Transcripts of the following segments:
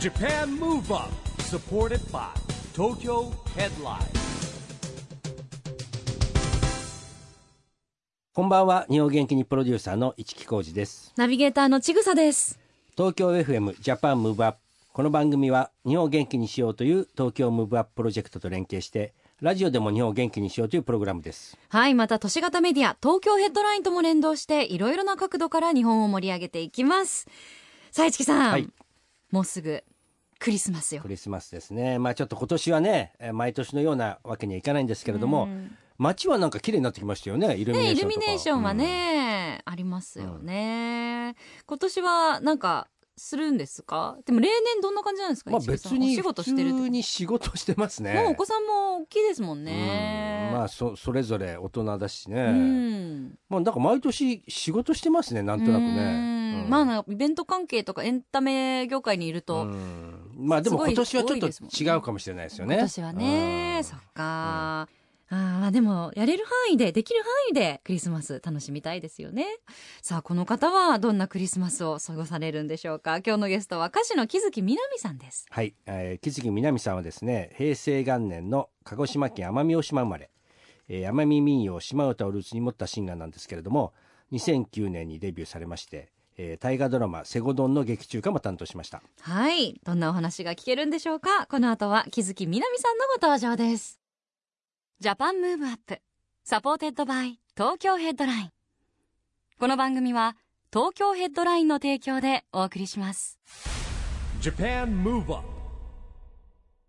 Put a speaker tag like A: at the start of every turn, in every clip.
A: Japan Move Up supported by Tokyo Headline
B: こんばんは日本元気にプロデューサーの市木浩司です
C: ナビゲーターのちぐさです。
B: 東京 FM ジャパンムーブアップこの番組は日本を元気にしようという東京ムーブアッププロジェクトと連携してラジオでも日本を元気にしようというプログラムです
C: はい、また都市型メディア、東京ヘッドラインとも連動して、いろいろな角度から日本を盛り上げていきます。さあ、市木さん、
B: はい
C: もうすぐクリスマスよ
B: ク。リスマスですねまあちょっと今年はねえー毎年のようなわけにはいかないんですけれども街はなんか綺麗になってきましたよねイルミネー
C: ね、イ
B: ションと
C: ル
B: か
C: ミネーションはね、ありますよね。今年はなんかするんですかでも例年どんな感じなんですか、
B: まあ
C: 市木さん
B: 別に
C: お仕事してるってこ
B: 普通に仕事してます
C: と
B: ね
C: もうお子さんも大きいですもんね。
B: うんまあそそれぞれ大人だしね、
C: うん
B: まあなんか毎年仕事してますねなんとなくね、
C: う
B: うんん
C: まあなんかイベント関係とかエンタメ業界にいると、
B: うんまあでも今年はちょっと違うかもしれないですよね
C: 今年はね、そっか、ああでもやれる範囲でできる範囲でクリスマス楽しみたいですよねさあこの方はどんなクリスマスを過ごされるんでしょうか今日のゲストは歌手の木月みなみさんです
B: はい、えー、木月みなみさんはですね平成元年の鹿児島県奄美大島生まれ、えー、奄美民謡島唄をルーツに持ったシンガーなんですけれども2009年にデビューされまして、えー、大河ドラマ「セゴドン」の劇中歌も担当しました
C: はいどんなお話が聞けるんでしょうかこの後は木月みなみさんのご登場ですジャパンムーブアップサポーテッドバイ東京ヘッドラインこの番組は東京ヘッドラインの提供でお送りします
A: Japan Move Up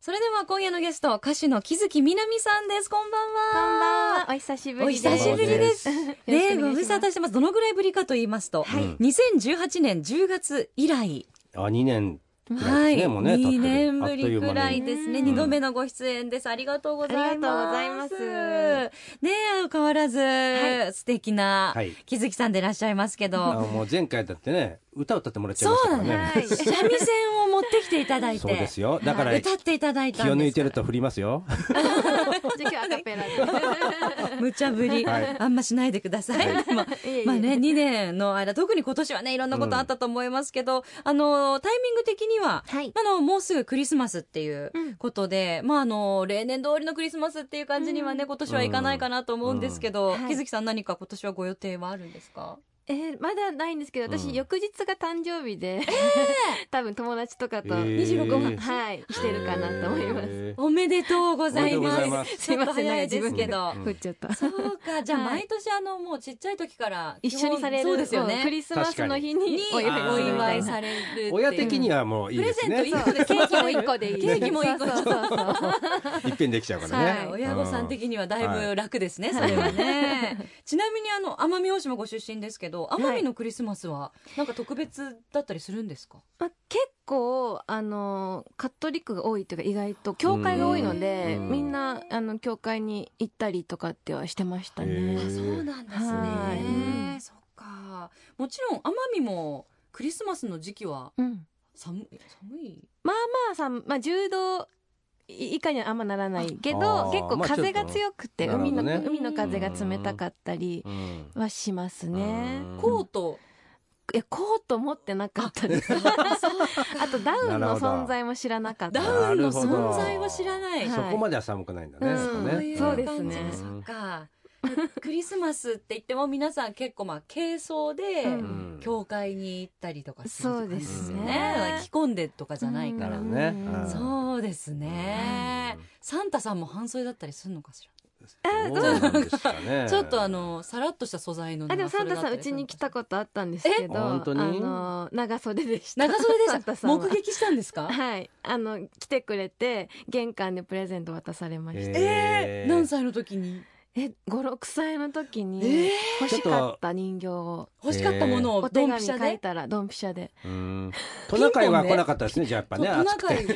C: それでは今夜のゲスト歌手の木月みなみさんですこんばんは
D: こんばんは。お久しぶ
C: お
D: りです。
C: 久しぶりです
D: よろし
C: ね
D: くお
C: ご
D: 願いします
C: 無沙汰してますどのぐらいぶりかと言いますと、
D: はい
B: うん
C: 2018年10月以来、
B: あ2年くら
C: はいい、
B: ですね、もうね経って
C: 2
B: る
C: 年
B: あっ
C: ぶ
B: とい
C: り
B: う間
C: く
B: に
C: らいですね、
D: うん
C: 二2度目のご出演ですありがとうございます
D: ありがとうござい
C: ねえ変わらず、素敵な
B: はい
C: 木月さんでいらっしゃいますけど、
B: あもう前回だってね歌を歌ってもらっちゃい
C: そ
B: ました
C: う
B: か
C: な
B: ら
C: ん
B: ね
C: だ、 三味線を持ってきていただいて
B: そうですよだから
C: 歌っていただいたん
B: 気
C: です
B: を抜いてると振りますよ
D: じゃあ今日アカペラで。
C: 無茶ぶり、
B: はい
C: あんましないでください。まあ
D: いえいえ
C: まあね、2年の間、特に今年はね、いろんなことあったと思いますけど、あの、タイミング的には、
D: はい
C: あの、もうすぐクリスマスっていう
D: うん
C: ことで、まああの、例年通りのクリスマスっていう感じにはね、今年はいかないかなと思うんですけど、
D: うんはい
C: 木月さん何か今年はご予定はあるんですか、
D: えーまだないんですけど、
B: うん
D: 私翌日が誕生日で、 多分友達とかと
B: えー25
D: 26分はいしてるかなと思います。
B: へー
C: おめでとうござい
B: おめでとうござい
C: ま。
B: ますす
D: すいません、なんか
C: ちょ
D: 自
C: っと早いです
D: 分
C: け
D: で
C: ど。
D: 振っちゃった。
C: そうか、じゃあ
D: はい
C: 毎年あの、もうちっちゃい時から基
D: 一
C: 本、
D: 緒にされる
C: そうですよ
D: うんク
C: ね。
D: リスマスの日に
C: に
D: お祝い
B: あ
D: す
C: お
B: ー
D: るみ
C: 祝
D: た
C: い
D: いな。
C: されるっていう。
B: 親的にはもういいですね
C: プレゼントいい
D: そうケーキも一個でいい。
C: ケーキも一個
D: そうそうそう
B: いっぺんできちゃうか
D: ね
B: ら
C: はい
B: ね。
C: 親御さん的にはだいぶ楽ですね、
B: ん
C: それはね。 ちなみにあの奄美大島ご出身ですけど、奄美のクリスマスはなんか特別だったりするんですか？
D: まあ、結構あのカトリックが多いというか意外と教会が多いので、
B: うん
D: みんなあの教会に行ったりとかってはしてました
B: へ
D: ね。
B: ー
C: なん
D: ですねはい
C: そっか。もちろん奄美もクリスマスの時期は
D: うん、
C: 寒い寒い。
D: まあまあさん、まあ、10度以下にはあんまならないけ
B: あ
D: ど
B: ー
D: 結構
B: まあちょっと
D: 風が強くて、
B: なるほ
D: 海
B: ど
D: の
B: ね
D: 海の風が冷たかったり
B: うん
D: はしますね。
B: うん
C: コート。
D: いやコート持ってなかったです。 あとダウンの存在も知らなかった。
C: ダウン
B: な
C: の
B: るほど
C: 存在は知らない。
D: は
B: そこまでは寒くないんだね。
D: うん
B: やっぱ
D: そ
B: ね
D: いそうですね
C: 感じそっか。クリスマスって言っても皆さん結構まあ軽装で。
D: う
B: うんん
C: 教会に行ったりとかする
D: そうです
B: ね
C: ね着込んでとかじゃないか
B: な
C: ら、
B: るほどね
D: うん
B: うん
C: そうですね、
B: うん
C: サンタさんも半袖だったりするのかし
B: どうなんですかね
C: ら。 ちょっとあのさらっとした素材の
D: あでもサンタさんうちに来たことあったんですけど、
B: え
D: あ
B: 本当に
D: の長袖でした。
C: 長袖でし
D: サン
C: た
D: タさんは
C: 目撃したんですか、
D: はい、あの来てくれて玄関でプレゼント渡されました。
B: えー
C: 何歳の時に
D: え、五六歳の時
C: えー
D: に欲しかった人形を
C: 欲しかったものを
D: お
C: ド
D: 手
C: ンピ
D: 紙
C: シャ
D: 書い
C: で。
D: たらドンピシャで、
B: うんトナカイは来なかったですね。じゃあやっぱ
C: ト
B: ね。
C: ナ
B: 暑く
C: カイ
B: て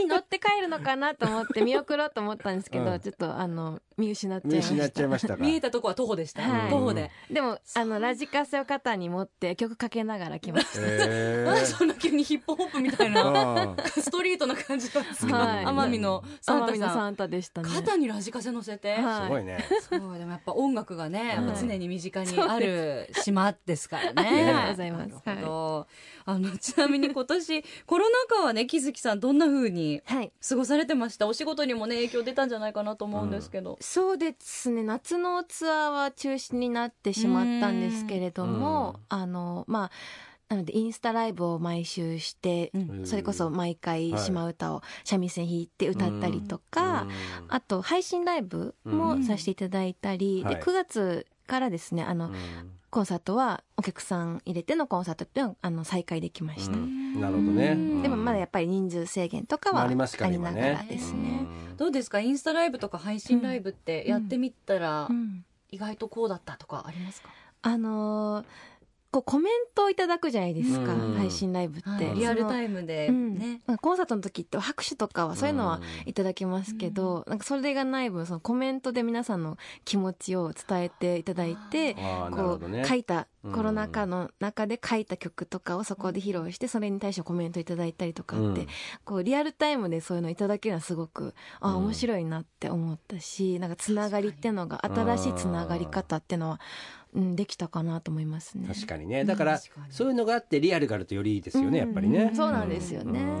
D: に乗って帰るのかなと思って見送ろうと思ったんですけど、
B: うん
D: ちょっとあの見失っちゃい
B: 見
D: ました
B: 失っちゃいましたか
C: 見えたとこは徒歩でした、
D: はい
C: 徒歩で、
D: でもあのラジカセを肩に持って曲かけながら来まし
B: え
C: なんで
B: ー
C: そんな急にヒップホップみたいな
B: あー
C: ストリートな感じなんです
D: た
C: か
D: はい
C: 奄美のサン
D: 奄
C: タ
D: 美の
C: さ
D: サ
C: ん
D: ンタでしたね
C: 肩にラジカセ乗せて、
D: はい
B: すごいね
C: そうでもやっぱ音楽がね、
B: うん
C: やっぱ常に身近にある島ですからね。
D: ありがとうございます
C: なるほど。あのちなみに今年コロナ禍はね木月さんどんな風に
D: はい
C: 過ごされてました。お仕事にもね影響出たんじゃないかなと思うんですけど。
D: そうですね夏のツアーは中止になってしまったんですけれどもあのまあなのでインスタライブを毎週して、
C: うん
D: それこそ毎回
B: はい
D: 島歌を三味線弾いて歌ったりとか、あと配信ライブもさせていただいたり、
B: うん
D: で
B: はい
D: 9月からですねあの、
B: うん
D: コンサートはお客さん入れてのコンサートっていうのはあの再開できました、
B: うんなるほどね、
D: でもまだや
B: っ
D: っぱり人数制限とかは
B: ぱ
D: あ
B: あり
D: り
B: ま
D: な
B: すから今
D: が
B: ね
D: らですね。
C: どうですかインスタライブとか配信ライブってやってみたら
D: うん
C: 意外とこうだったとかありますか、
D: あのーこうコメントをいただくじゃないですか、
B: うん
D: 配信ライブって、
C: はいリアルタイムで
D: そのうん
C: ね、
D: なんかコンサートの時って拍手とかはそういうのは
B: うん
D: いただきますけど、なんかそれがない分そのコメントで皆さんの気持ちを伝えていただいて
B: あーなる
D: こ
B: ほど
D: う、
B: ね
D: 書いた
B: うん
D: コロナ禍の中で書いた曲とかをそこで披露してそれに対してコメントいただいたりとかって、
B: うん
D: こうリアルタイムでそういうのいただけるのはすごくあ
B: うん
D: 面白いなって思ったしなんかつながりってのが
B: 確かに
D: 新しいつながり方ってのは、うん、できたかなと思いますね。
B: 確かにねだから
C: 確かに
B: そういうのがあってリアルがあるとよりいいですよねやっぱりね
D: うんそうなんですよね。
B: うん
D: うん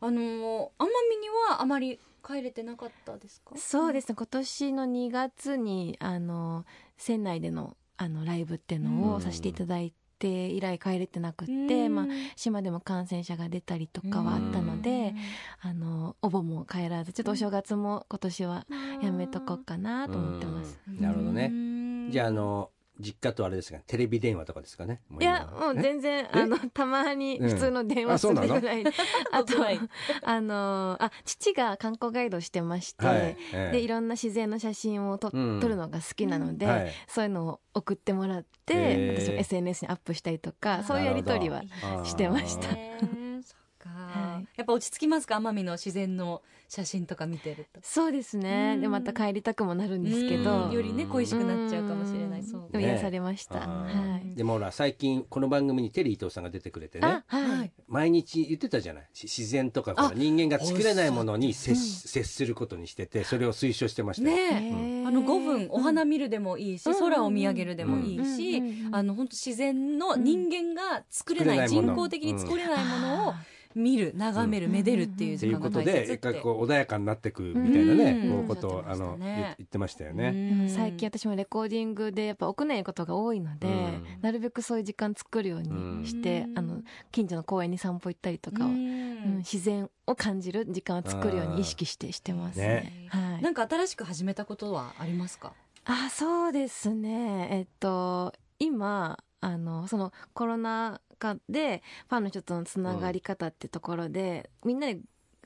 C: あのー奄美にはあまり帰れてなかったですか
D: そうですね今年の2月にあの船内でのあのライブっていうの
B: う
D: を
B: ん
D: させていただいて以来帰れてなくって、まあ、島でも感染者が出たりとかはあったのであのお盆も帰らずちょっとお正月も今年はやめとこうかなと思ってます。
B: うんなるほどね
C: ね
B: じゃあ
C: あ
B: あの実家とあれですがテレビ電話とかですかねもう
D: い
B: 今
D: やもう全然
B: え
D: あのたまに普通の電
B: うんあ
D: 話
B: そ
D: す
B: う
D: る
B: な
D: ぐ
B: の
D: ら い、あと
C: はい
D: あのあ父が観光ガイドしてまして、
B: はいええ
D: でいろんな自然の写真をと、
B: うん
D: 撮るのが好きなので、
B: はい
D: そういうのを送ってもらっ
B: へー
D: て私も SNS にアップしたり とかそういうやり取りはしてました
B: あー
C: えーそっか、
D: はい
C: やっぱ落ち着きますか奄美の自然の写真とか見てると
D: そうですねで
C: うん
D: また帰りたくもなるんですけ
C: う
D: ど
C: んよりね恋しくなっちゃうかもしれな
D: う
C: い
D: ん
C: そう
D: でも
B: ね
D: 癒されました、
B: あー
D: はい
B: でもほら最近この番組にテリー伊藤さんが出てくれてね
D: あはい、
C: はい
B: 毎日言ってたじゃないし自然とかほら
C: あ
B: 人間が作れないものに接
D: おっしゃっ
B: し接することにしててそれを推奨してましたよ
C: ねえあの5分お花見るでもいいし、
D: うん
C: 空を見上げるでもいいし、
D: うん
C: あの本当自然の人間が作れない、
B: うん作れないもの
C: 人工的に作れないものを
D: あ
C: 見る眺める、
D: うん
C: めでるっていう
B: って
C: 時
B: いう
C: 間
B: こ
C: が
B: と
C: 大切
B: で
C: って、
B: こう穏やかになってくみたいなね
C: う
B: こ
C: ん
B: うことをあの
C: おっしゃ
B: 言
C: ってましたね
B: 言ってましたよ
C: う
B: ね。
D: ーでも
C: ん
D: 最近私もレコーディングでやっぱ屋内のことが多いので、
B: うん
D: なるべくそういう時間作るようにして、
C: うん
D: あの近所の公園に散歩行ったりとかは、
C: う
D: うん
C: ん
D: 自然を感じる時間を作るように意識してしてますね。はい、
C: なんか新しく始めたことはありますか、
D: あそうですねえっと今あのそのコロナ禍でファンの人とのつながり方ってところで、みんなで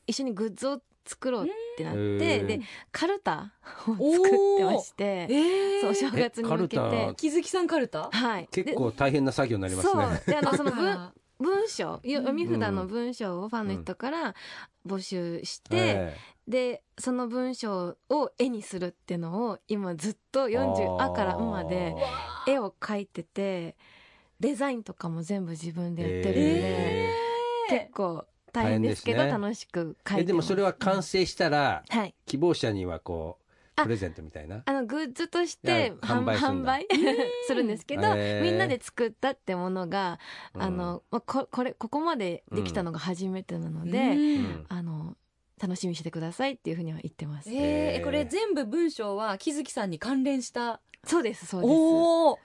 D: 一緒にグッズを作ろうってなっ
B: へ
D: て
B: ー
D: でカルタを
C: おー
D: 作ってまして
C: え
D: そうお正月に向け
B: えカル
D: て
B: タ
C: 木月さんカル タ
D: はい
B: 結構大変な作業になり
D: で
B: ます
D: そう
B: ね。
D: であの そ の文
C: あ
D: 文章よ読み札
B: う
D: の
B: ん
D: 文章をファンの人から募集して、
B: え
D: でその文章を絵にするっていうのを今ずっと40あから「ん」まで絵を描いててデザインとかも全部自分でやってるので、
B: え
D: 結構大変ですけど
B: 大変ですね
D: 楽しく
B: ー
D: 描
B: え
D: いてます
B: でもそれは完成したら
D: はい
B: 希望者にはこう
D: あ
B: プレゼントみたいな。
D: あのグッズとして
B: あ販売するん
D: 販
B: だ
D: 売 するんですけど、
B: へー
D: みんなで作ったってものが、
B: うん
D: あのまあここれここまでできたのが初めてなの
C: ー
D: で、
B: うん
D: あの楽しみにしてくださいっていうふうには言ってます。
B: え
C: え
B: ー
C: ー、これ全部文章は木月さんに関連した
D: そうですそうです。
C: おお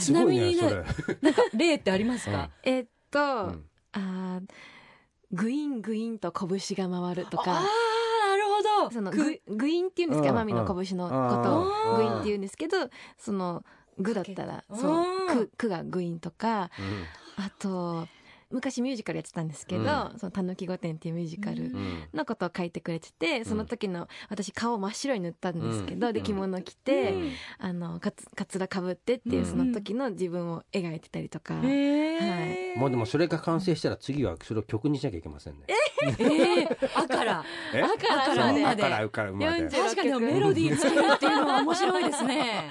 B: す
C: ちな
B: ご
C: み
B: いね
C: に
B: そ
C: な
B: れ。
C: なんか例ってありますか、
D: えっと、
B: うん
D: あーグイングインと拳が回ると
C: あ
D: か
C: あなるほど
D: その
C: く
D: ググインっていうんですけど
B: うん
D: 奄美の拳のこと
B: あー
D: をグインっていうんですけどそのグだったら
C: うん
D: そうくくがグインとか
B: うん
D: あと昔ミュージカルやってたんですけど「そのたぬき御殿」っていうミュージカル
B: うん
D: のことを書いてくれててその時の私顔を真っ白に塗ったんですけど、
B: うん
D: で着物着
B: う
D: て、
B: ん
D: あのかつかつらかぶってっていううんその時の自分を描いてたりとか、
C: ええ
B: もうでもそれが完成したら次はそれを曲にしなきゃいけませんね。
C: ええあ から
B: え
D: だから
B: そう
D: まで
B: あからうからうまで
D: 46。
C: 確かにでもメロディーつけるっていうのは面白いです ね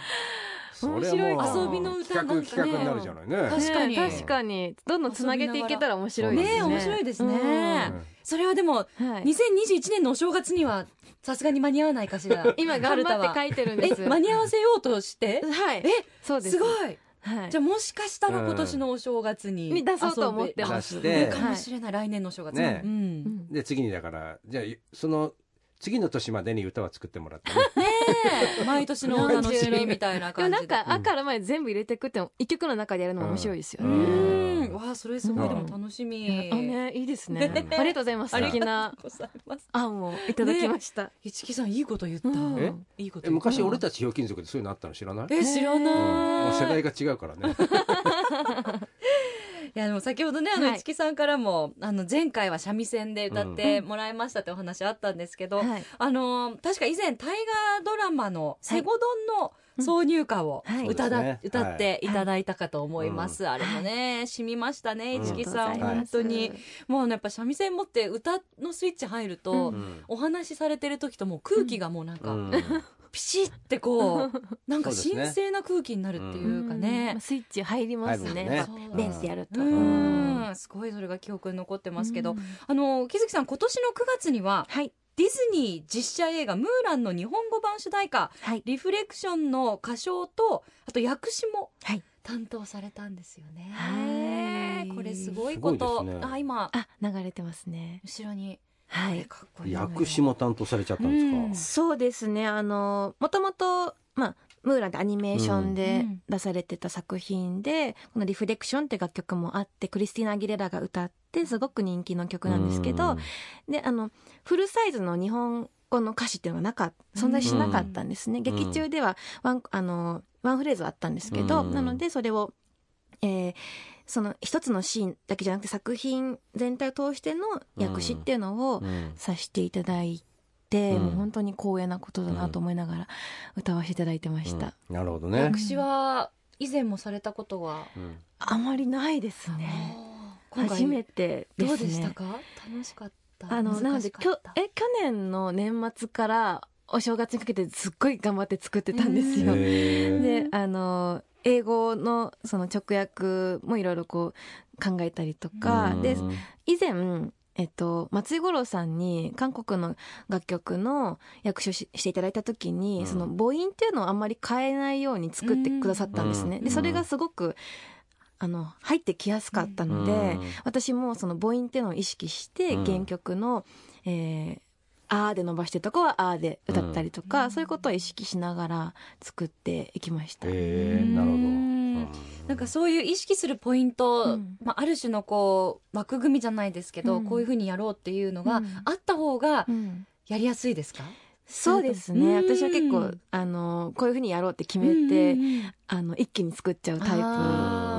B: それはもう
C: 遊びの歌
B: 企画企画に
C: な
B: なる
C: んかね
B: じゃないね。
C: 確かに
D: ね確かにどんどんつなげていけたら面白いですね
C: ねえ面白いですね
B: うん
C: それはでも
D: はい
C: 2021年のお正月にはさすがに間に合わないかしら
D: 今頑張って書いてるんです
C: え間に合わせようとして
D: はい
C: え
D: そうです
C: すごい
D: はい
C: じゃあもしかしたら今年のお正月に
D: に出そうと思ってま
B: 遊
D: す
B: べ出
C: 遊べるか
D: は
C: も
D: い
C: しれない来年のお正月
B: ねえ
C: うん
D: うん
B: で次にだからじゃあその次の年までに歌は作ってもら ってね。
C: ねえ毎年のお楽しみみたいな
D: でも
C: 感じ
D: な
C: で
D: んか「あ」から前全部入れていくっての一曲の中でやるのも面白いですよ
C: う
D: ね、
C: んわあそれすごいでも楽しみ、
D: あねいいですね
C: ね
D: ありがとうございます
B: あ
D: 素
B: りがと
D: 敵な
C: ございます
D: 案をいただきました、
C: 一木さんいいこと言った、
D: うん
B: え
C: いい
B: え
C: こと言った
B: 昔俺たちひょうきん族でそういうのあったの知らない？
C: え知ら
B: うん
C: な
B: もう
C: い、
B: 世代が違うからね。
C: いやでも先ほどねあの
D: はい
C: 一木さんからも、あの前回は三味線で歌ってもらいましたってお話あったんですけど、
D: はい
C: あのー確か以前大河ドラマの「セゴドン」の挿入歌を
D: うんはい
C: 歌だ、
B: そうですね
C: 歌っていただいたかと思います、あれもね染みましたね
B: うん
C: 一木さ
D: あ
C: ん
D: りがとうござい
C: 本
D: ます
C: 当にもうあのやっぱ三味線持って歌のスイッチ入ると、
D: う
C: お話しされてる時ともう空気がもうなん
B: う
C: か、
B: ん
C: ピシッ てこうなんか
B: そうですね
C: 神聖な空気になるっていうか
D: うんま
C: ね
D: あ。スイッチ入りますね
B: 入
D: や
B: る
D: っ
C: ね
D: ぱ電子やると、
C: う
B: うん
C: んすごいそれが記憶に残って
D: ま
C: ますけど、あの木月さん今年の9月には
D: はい
C: ディズニー実写映画「ムーラン」の日本語版主題歌
D: はい
C: 「リフレクション」の歌唱とあと訳詞も
D: はい
C: 担当されたんですよね。
D: はい
C: これすごいこと
B: すごいですね
C: あ今
D: あ流れてますね
C: 後ろに
D: は
C: え
D: い
C: かっこいい名前が
B: 訳詞も担当されちゃったんですか。
C: うん
D: そうですねあのもともとまあムーランってアニメーション
C: う
D: で
C: ん
D: 出されてた作品で、この「リフレクション」って楽曲もあってクリスティーナ・アギレラが歌ってすごく人気の曲なんですけど、
B: うん
D: であのフルサイズの日本語の歌詞っていうのはなかっ存在しなかったんですね、劇中ではワンあのワンフレーズあったんですけど、
B: うん
D: なのでそれを、えーその一つのシーンだけじゃなくて作品全体を通しての訳詞っていうのを
B: うん
D: させていただいて、
B: うん
D: もう本当に光栄なことだなと思いながら歌わせていただいてました、
B: うんなるほどね
C: 訳。詞は以前もされたことは、
B: うん
D: あまりないですね
C: あー今回
D: 初めてですね
C: どうでしたか楽しかった
D: あのなの
C: 難
D: で
C: し
D: き
C: か
D: ょ
C: った
D: え去年の年末からお正月にかけてすっごい頑張って作ってたんですよ。
B: へー
D: であの英語のその直訳もいろいろこう考えたりとか、
B: うん
D: で以前、えっと、松井五郎さんに韓国の楽曲の訳詞をししていただいた時に、
B: うん
D: その母音っていうのをあんまり変えないように作ってくださったんですね。
B: うん
D: でそれがすごくあの入ってきやすかったので、私もその母音っていうのを意識して
B: うん
D: 原曲の「えーあー」で伸ばしてるとこは「あー」で歌ったりとか、
C: うん
D: そういうことを意識しながら作っていきました。
B: うんへーなるほど。
C: うんなんかそういう意識するポイント、
D: うん
C: まあ、ある種のこう枠組みじゃないですけど、
D: うん
C: こういうふうにやろうっていうのが
D: うん
C: あった方が
D: うん
C: やりやすいですか、
D: そうですね
C: うん
D: 私は結構あのこういうふうにやろうって決めて、
C: うんうんうん
D: あの一気に作っちゃうタイプ
B: ー
C: あ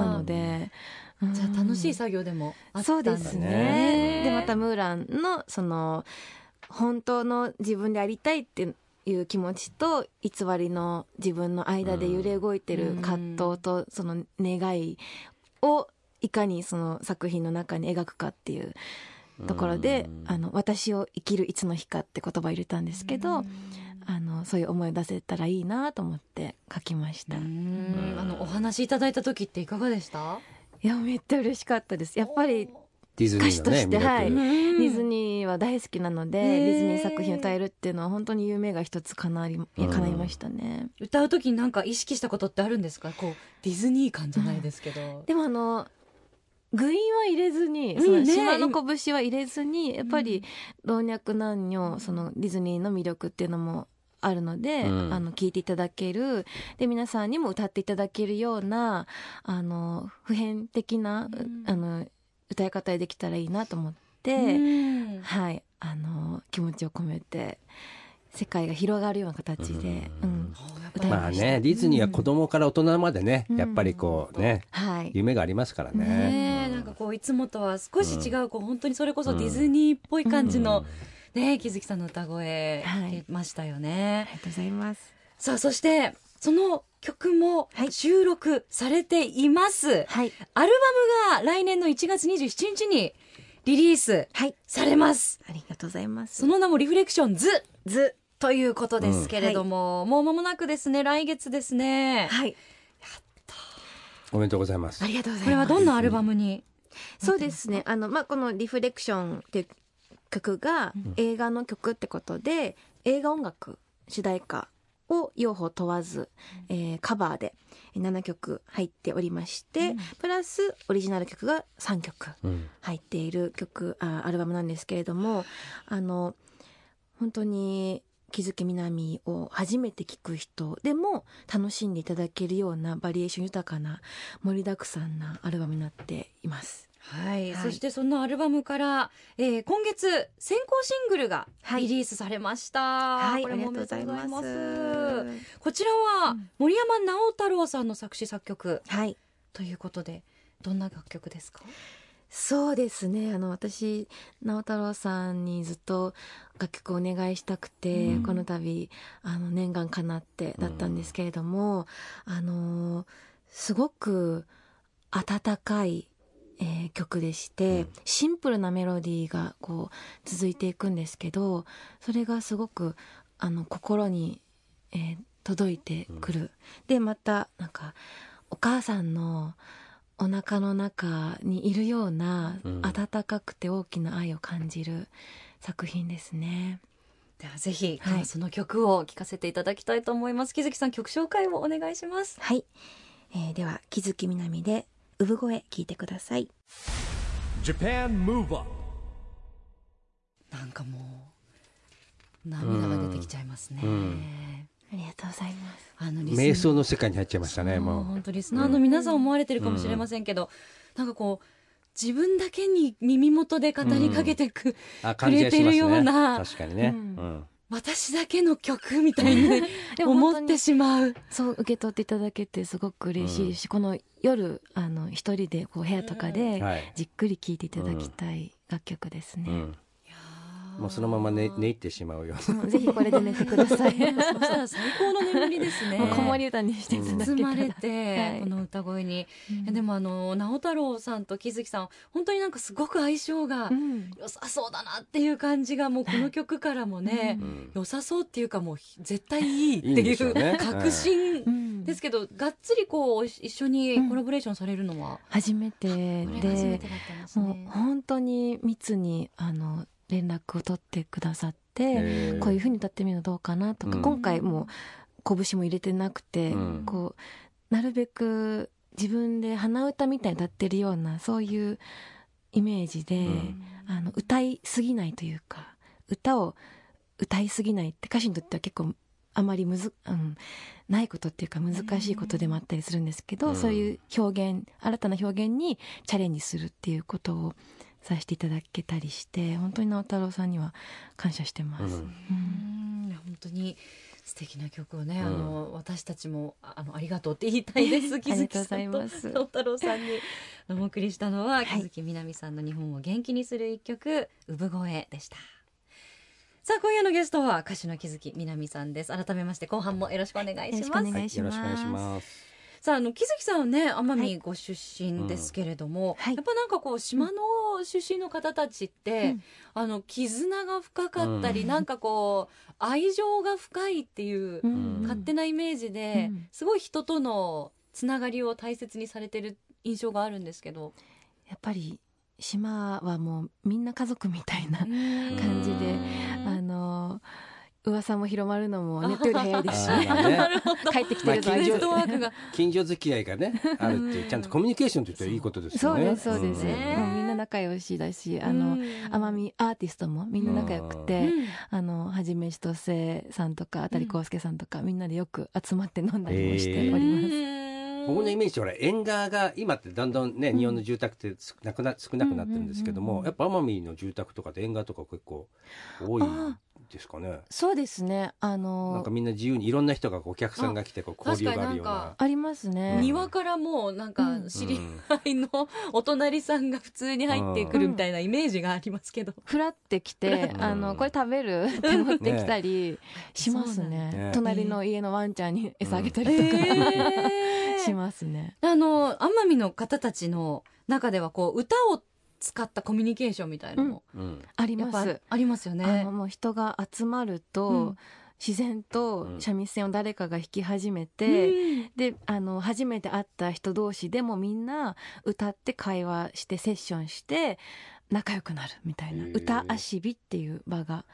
D: なので、うん
C: じゃあ楽しい作業でもあった
D: そ
C: ん
D: う
C: だ
D: です
B: ね
D: ねでまたムーランのその本当の自分でありたいっていう気持ちと偽りの自分の間で揺れ動いてる葛藤とその願いをいかにその作品の中に描くかっていうところで「あの私を生きるいつの日か」って言葉を入れたんですけど、あのそういう思いを出せたらいいなと思って書きました。
C: う
B: う
C: ん
B: ん
C: あのお話いただいた時っていかがでした
D: いやめっちゃ嬉しかったですやっぱり
B: ディズニーのね
D: 歌手としては
B: 魅
D: い
B: 力
C: デ
D: ディズニーは大好きなので、
C: へー
D: ディズニー作品を歌えるっていうのは本当に夢が一つ叶い
B: うん
D: 叶いましたね、
C: 歌う時になんか意識したことってあるんですかこうディズニー感じゃないですけど、
D: でもあの具印は入れずに、
C: うん
D: その
C: ね
D: 島の拳は入れずに、やっぱり老若男女そのディズニーの魅力っていうのもあるので、
B: うん
D: あの聞いていただけるで皆さんにも歌っていただけるようなあの普遍的な、う
C: うん
D: あの歌い方でできたらいいなと思って、
C: うん
D: はい、あの気持ちを込めて世界が広がるような形で、
B: う
D: うんん、歌い
B: まあ
D: ました。
B: ねディズニーは子供から大人までね、
D: うん
B: やっぱりこうね
D: はい。
B: 夢がありますからね
C: ねえなんかこういつもとは少し違う、こう本当にそれこそディズニーっぽい感じの、ねえ木月さんの歌声
D: はい
C: 出ましたよね、
D: ありがとうございます。
C: さあそしてその曲も
D: はい
C: 収録されています、
D: はい。
C: アルバムが来年の1月27日にリリース
D: はい。
C: されます
D: ありがとうございます。
C: その名もリフレクションズズということですけれども、もう間もなくですね来月ですね、
D: はい。
B: おめでとうございます
D: ありがとうございます。
C: これはどんなアルバムに、
D: そうですね。あの、まあ、このリフレクションっていう曲が映画の曲ってことで、映画音楽主題歌を用法問わず、えーカバーで7曲入っておりまして、プラスオリジナル曲が3曲
B: うん
D: 入っている曲、あアルバムなんですけれども、あの、本当に気づきみなみを初めて聞く人でも楽しんでいただけるようなバリエーション豊かな盛りだくさんなアルバムになっています。
C: はい、
D: はい
C: そしてそのアルバムから、えー今月先行シングルがリリースされました、
D: はい、
C: これもおめでとうございま
D: ありがとうござい
C: す
D: ます
C: こちらは森山直太朗さんの作詞作曲
D: はい、
C: ということでどんな楽曲ですか
D: そうですね。あの私直太朗さんにずっと楽曲をお願いしたくて、
B: うん
D: この度あの念願叶ってだったんですけれども、あのすごく温かい。えー曲でして、
B: うん
D: シンプルなメロディーがこう続いていくんですけどそれがすごくあの心に、えー届いてくる、でまたなんかお母さんのお腹の中にいるような
B: うん
D: 温かくて大きな愛を感じる作品ですね。
C: ではぜひ、
D: はい
C: その曲を聴かせていただきたいと思います木月さん曲紹介をお願いします
D: はい、えーでは木月みなみで産声聞いてください。
A: Japan Move Up
C: なんかもう涙が出てきちゃいますね、
D: ありがとうございます。
C: あのリスナー
B: 瞑想の世界に入っちゃいましたね
C: あー
B: も
C: 本当リスナーの皆さん思われてるかもしれませんけど、なんかこう自分だけに耳元で語りかけてく、
B: うあ感じがしま
C: 触れてる
B: す
C: よう
B: ね
C: な
B: 確かにね、
D: うん
B: うん
C: 私だけの曲みたいに
D: でも本
C: 思
D: 当
C: っ
D: に
C: てしまう
D: そう受け取っていただけてすごく嬉しいし、この夜あの一人でこう部屋とかで
B: はい
D: じっくり聴いていただきたい楽曲です
B: う
D: ね。
B: んもうそのまま寝寝入ってしまうような
D: うんぜひこれで寝てください。
C: そしたら最高の眠りですね
D: もう子守歌にしていただけ
C: 包まれ
D: たら。
C: て、
D: はい
C: この歌声に、
D: うん
C: いやでもあの直太朗さんと木月さん本当になんかすごく相性が
D: うん
C: 良さそうだなっていう感じがもうこの曲からもね、
B: うん
C: 良さそうっていうかもう絶対いいって
B: いいん
C: い
B: でしょう
C: う
B: ね
C: 確信
D: うん
C: ですけどがっつりこう一緒にコラボレーションされるのは、
D: 初め
C: こ
D: て
C: れ初め
D: で
C: てだったんです
D: も
C: ね
D: う。本当に密にあの連絡を取ってくださって、
B: へー
D: こういうふうに歌ってみるのどうかなとか、
B: うん
D: 今回もう拳も入れてなくて、
B: うん
D: こうなるべく自分で鼻歌みたいに歌ってるようなそういうイメージで、
B: うん
D: あの歌いすぎないというか歌を歌いすぎないって歌手にとっては結構あまりむず、うん、ないことっていうか難しいことでもあったりするんですけど、
B: うん
D: そういう表現新たな表現にチャレンジするっていうことをさせていただけたりして本当に直太朗さんには感謝してます。
B: うん
D: うん
C: うんいや本当に素敵な曲をね、
B: うん
C: あの私たちもああのありがとうって言いたいです木
D: ありが
C: 月さ
D: とうござい
C: んと
D: ます
C: 直太朗さんにあのお送りしたのは、
D: い
C: 木月みなみさんの日本を元気にする一曲「産声」でした。さあ今夜のゲストは歌手の木月みなみさんです改めまして後半もよろしくお願いします
D: よろしくお
B: は
D: 願
B: い
D: いし
B: よろ
D: ま
B: し
D: す
B: くお願いします
C: さああの木月さんはね奄
D: は
C: 美
D: い
C: ご出身ですけれども、
D: はい
C: やっぱなんかこう島の出身の方たちって、
D: うん
C: あの絆が深かったり、
B: うん
C: なんかこう愛情が深いっていう
D: うん
C: 勝手なイメージで、
D: うん
C: すごい人とのつながりを大切にされてる印象があるんですけど、
D: やっぱり島はもうみんな家族みたいな
C: 感
D: 感じであの噂も広まるのも ネットより早いですし
B: あーまあね
C: なるほど
D: 帰ってきてるぞ
B: まあ
C: ネ
D: 愛
C: ッ
D: 情
C: トワークが
B: 近所付き合いがねあるっていうちゃんとコミュニケーションといったらいいことです
D: そ
B: よ
D: う
B: ね
D: ですそうです、
B: ん
C: ね
D: もうみんな仲良しだしあの、奄美アーティストもみんな仲良く
C: う
D: て、
C: ん
D: あのはじめしとせさんとかあたりこうすけさんとか、みんなでよく集まって飲んだりもしております、
C: うん
B: 僕のイメージはほら縁側が今ってだんだんね日本の住宅って少なくな少なくなってるんですけども、
D: うんうんうんうん
B: やっぱ奄美の住宅とかで縁側とか結構多い
D: あ
B: ですかね
D: そうですねあ
B: なん
D: の
B: かみんな自由にいろんな人がこうお客さんが来てこう
C: あ
B: 交流があるような
C: 確
D: ありますね、
B: うん
C: 庭からもうなんか
D: うん
C: 知り合いのお隣さんが普通に入ってくるみたいなイメージがありますけど、
D: ふらってきて、
B: うん
D: あのこれ食べるって持ってきたりします
C: そうなん
D: ね
B: だね
D: 隣の家のワンちゃんに餌あげたりとか、
C: え
D: しますね
C: あの奄美の方たちの中ではこう歌を使ったコミュニケーションみたいなのも
B: うん
D: あり
C: やっ
D: ま
C: ぱ
D: す
C: ありますよ
D: あ
C: ね
D: の。もう人が集まると、
C: うん
D: 自然と
B: うん
D: 三味線を誰かが弾き始めて、
C: で
D: であの初めて会った人同士でもみんな歌って会話してセッションして仲良くなるみたいな
B: へえ
D: 歌あしびっていう場が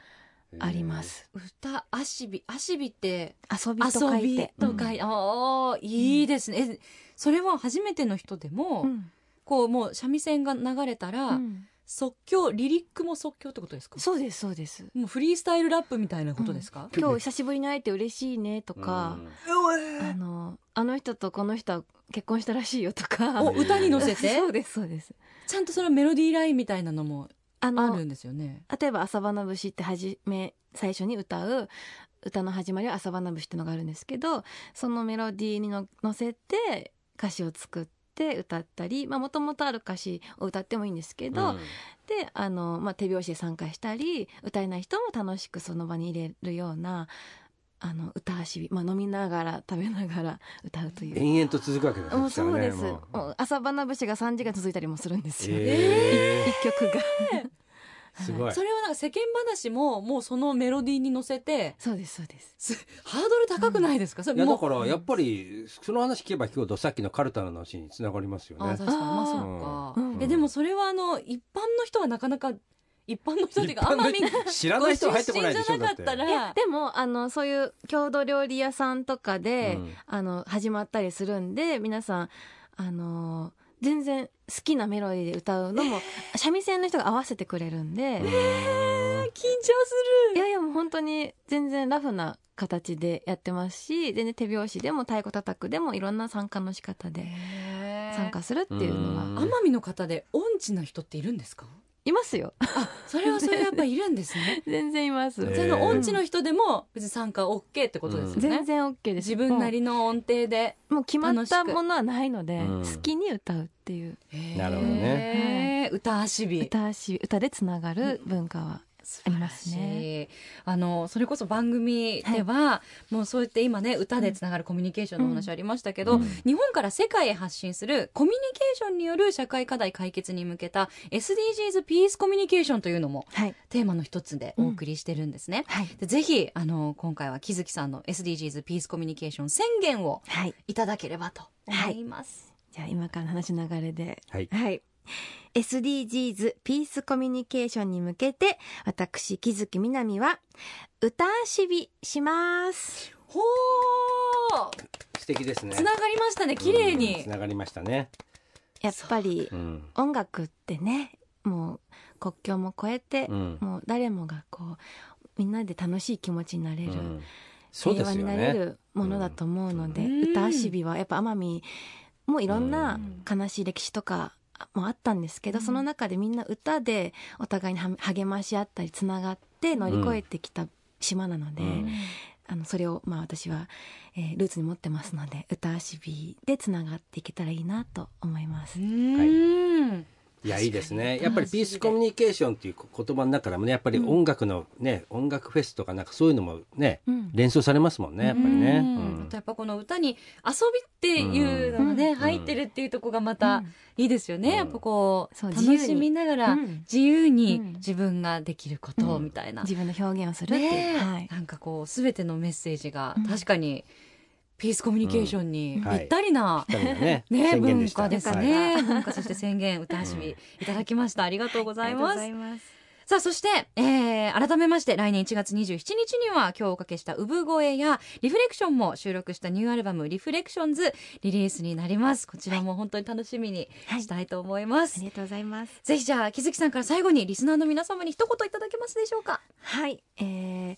D: ありま、す、
C: 歌あしびあしびって
D: 遊びと書
C: 遊び
D: いて
C: とか、ああいいですね、えそれは初めての人でも、
D: うん
C: こうもう三味線が流れたら、
D: うん
C: 即興リリックも即興ってことですか
D: そうですそうです
C: もうフリースタイルラップみたいなことですか、
D: 今日久しぶりに会えて嬉しいねとか、あのあの人とこの人は結婚したらしいよとか
C: お歌に乗せて
D: そうですそうです
C: ちゃんとそのメロディーラインみたいなのも
D: あ
C: あ
D: の
C: るんですよね
D: 例えば「朝花節」って始め最初に歌う歌の始まりは「朝花節」ってのがあるんですけどそのメロディーにの乗せて歌詞を作って歌ったりもともとある歌詞を歌ってもいいんですけど、であの、まあ、手拍子で参加したり歌えない人も楽しくその場に入れるようなあの歌あしび、まあ、飲みながら食べながら歌うという。
B: 延々と続くわけです
D: もうそうです、
B: も
D: もう朝花節が3時間続いたりもするんですよ、
B: え
D: 一曲が
B: ー すごい
C: それはなんか世間話ももうそのメロディーに乗せて
D: そうですそうです
C: すハードル高くないですか、そ
B: い や
C: も
B: だ
C: う
B: からやっぱりその話聞けば聞くほどさっきのカルタの話につながりますよ
C: あ
B: ね
C: ー確かにまあそうか、
D: うん
C: えでもそれはあの一般の人はなかなか一般の人っていうか
B: 一般の
C: 奄美
B: 人知らない人入ってこないでしょ
C: ご出
B: だ
C: 身
B: っ
C: じ
B: て
C: ゃなかったら
D: いやでもあのそういう郷土料理屋さんとかで、
B: うん
D: あの始まったりするんで皆さんあの全然好きなメロディーで歌うのも三味線の人が合わせてくれるんで、
C: 緊張す
D: いやいやもう本当に全然ラフな形でやってますし全然手拍子でも太鼓叩くでもいろんな参加の仕方
C: る
D: で
C: へー
D: 参加するっていうのは、
B: うん
C: 奄美の方で音痴な人っているんですか
D: いますよ
C: それはそれやっぱいるんですね
D: 全然います、
B: えー
C: その音痴の人でも別に参加 OK ってことですよね、
D: 全然 OK です
C: 自分なりの音程で
D: もうもう決まったものはないので、
B: 楽しく
D: 好きに歌うっていう
B: なるほど
C: ね歌あしび
D: 歌し歌でつながる文化は
C: 素
D: あ
C: 晴
D: り
C: ら
D: ます
C: し
D: ね
C: いあのそれこそ番組では、もうそうやって今ね歌でつながるコミュニケーションのお話ありましたけど、
B: うん
C: 日本から世界へ発信するコミュニケーションによる社会課題解決に向けた SDGs ピースコミュニケーションというのも
D: はい
C: テーマの一つでお送りしてるんですね。
D: はい
C: でぜひあの今回は木月さんの SDGs ピースコミュニケーション宣言を
D: はい
C: いただければと思います。
D: じゃあ今からの話の流れで
B: はい
D: はい。SDGs ピースコミュニケーションに向けて、私、木月みなみは、歌あしびします。
C: ほー
B: 素敵ですね
C: つながりましたね綺麗
B: うん
C: に
B: つ。ながりましたね
D: やっぱり
B: う、ん
D: 音楽ってね、もう、国境も越えて、
B: うん
D: もう誰もがこう、みんなで楽しい気持ちになれ
B: う
D: る、
B: んそうで
D: 平和
B: す
D: に
B: よ
D: なれ
B: ね
D: るものだと思うので、
C: うん
D: 歌あしびはやっぱ奄美もいろん
B: う
D: なん悲しい歴史とかもあったんですけど、
C: うん
D: その中でみんな歌でお互いには励まし合ったりつながって乗り越えてきた島なので、
B: うん
D: あのそれをまあ私は、えールーツに持ってますので歌あしびでつながっていけたらいいなと思いま
C: う
D: す。
C: ん
B: いやいいですね
C: 確かに
B: やっぱりピースコミュニケーションっていう言葉の中からもねやっぱり音楽のね音楽フェスとかなんかそういうのもね
D: うん
B: 連想されますもんねやっぱりね
C: うん
B: うん
C: あとやっぱこの歌に遊びっていうのがね、
B: うん
C: 入ってるっていうとこがまた
D: うん
C: いいですよね、
B: うん
C: やっぱこう
D: そう
C: 楽
D: 自由に
C: しみながら
D: うん
C: 自由に
D: うん
C: 自分ができることみたいな、
D: 自分の表現をするってい
C: ね
D: う、
C: え
D: はい、
C: なんかこう全てのメッセージが
D: うん
C: 確かにピースコミュニケーションに
B: うん
C: ぴ
B: はい
C: ったりな、
B: ぴったりなね
C: ね、
B: 宣言で
C: 文
B: した
C: 化です
B: はい
C: ね、文化そして宣言歌遊びいただきましたありがとうございます。
D: ます。
C: さあ、そして、えー、改めまして、来年1月27日には、今日おかけした産声や、リフレクションも収録したニューアルバム、リフレクションズ、リリースになります。こちらも本当に楽しみに
D: はい
C: したいと思いま
D: あ
C: す。
D: りがとうございます。
C: ぜひじゃあ、木月さんから最後に、リスナーの皆様に一言いただけますでしょうか。
D: はい、えー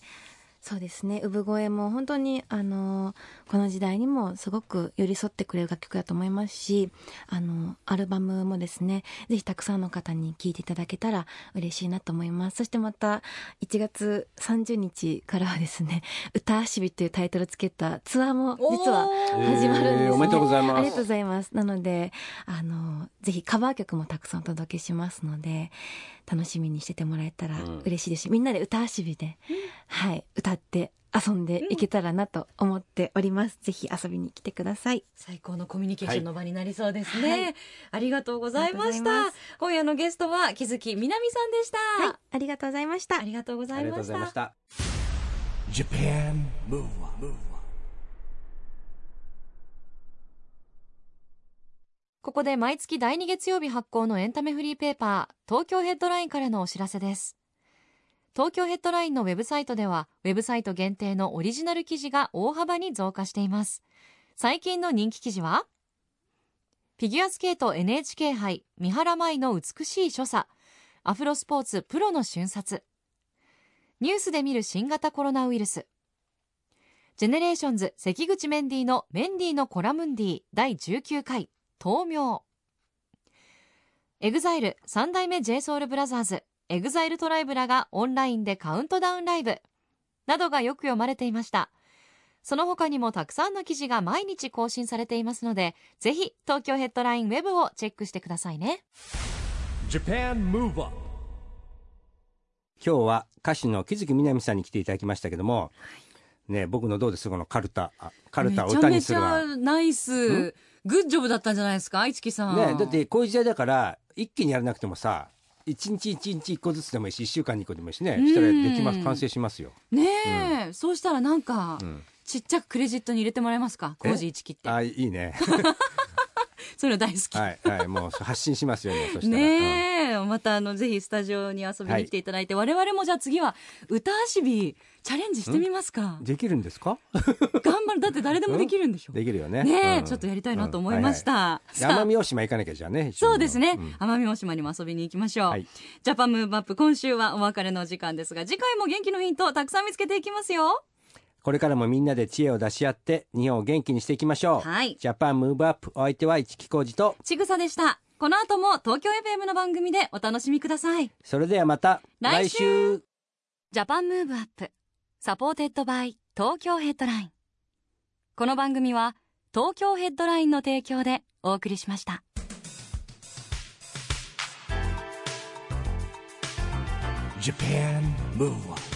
D: そうですね産声も本当にあのこの時代にもすごく寄り添ってくれる楽曲だと思いますしあのアルバムもですねぜひたくさんの方に聴いていただけたら嬉しいなと思いますそしてまた1月30日からはですね「歌あしび」というタイトルつけたツアーも実は始まるんです、ね
B: えーおめでとうございます
D: ありがとうございますなのであのぜひカバー曲もたくさんお届けしますので楽しみにしててもらえたら
B: うん
D: 嬉しいですし、みんなで歌あしびで、はい歌って遊んでいけたらなと思っております、ぜひ遊びに来てください
C: 最高のコミュニケーションの場になりそうですね、
D: はい
C: ありがとうございま
D: あり
C: し
D: がとうござ
C: た
D: います
C: 今夜のゲストは木月みなみさんでした、
D: はいありがとうございました
C: ありがとうござ
B: あ
C: い
B: りがと
C: ま
B: うご
C: し
B: ざいま
C: た
B: した。
A: Japan Move Up, Move Up.
E: ここで毎月第2月曜日発行のエンタメフリーペーパー、東京ヘッドラインからのお知らせです。東京ヘッドラインのウェブサイトでは、ウェブサイト限定のオリジナル記事が大幅に増加しています。最近の人気記事はフィギュアスケート NHK 杯、三原舞依の美しい所作、アフロスポーツプロの瞬殺、ニュースで見る新型コロナウイルス、ジェネレーションズ関口メンディーのメンディーのコラムンディ第19回、豆苗エグザイル三代目 j s o u l b r o t h e r s エグザイルトライブらがオンラインでカウントダウンライブなどがよく読まれていましたその他にもたくさんの記事が毎日更新されていますのでぜひ東京ヘッドラインウェブをチェックしてくださいね
A: Japan Move Up,
B: 今日は歌手の木月みなみさんに来ていただきましたけども、ね僕のどうですこのカルタあカルタを
C: めち
B: 歌
C: ゃめ
B: にす
C: ち
B: るわ。
C: ゃナイスグッジョブだったんじゃないですか愛月さん
B: ねだってこういう時代だから一気にやらなくてもさ一日一日一個ずつでもいいし一週間に一個でもいいしねしたらできま
C: う
B: す
C: ん
B: 完成しますよ。
C: ねえ、そうしたらなんか、
B: ん
C: ちっちゃくクレジットに入れてもらえますか
B: え
C: 工事一切って
B: あいいね
C: そういうの大好き、
B: はいはいもう発信しますよねそしたら。うん
C: ねえ、またあのぜひスタジオに遊びに来ていただいて、我々もじゃあ次は歌あしびチャレンジしてみますか
B: できるんですか？
C: 頑張るだって誰でもできるんでしょ
B: できるよね。
C: ねえ、
B: うん
C: ちょっとやりたいなと思いまし。た、
B: うんはいはいで奄美大島行かなきゃじゃあね。一緒に
C: そうですね、
B: ん
C: 奄美大島にも遊びに行きましょう、
B: はい
C: ジャパンムーブアップ今週はお別れの時間ですが次回も元気のヒントをたくさん見つけていきますよ
B: これからもみんなで知恵を出し合って日本を元気にしていきましょう。
C: はい
B: ジャパンムーブアップお相手は市木浩二と
C: ちぐさでしたこの後も東京 FM の番組でお楽しみください
B: それではまた来
C: 来週
B: 週
E: ジャパンムーブアップサポーテッドバイ東京ヘッドラインこの番組は東京ヘッドラインの提供でお送りしました「
A: Japan Move Up.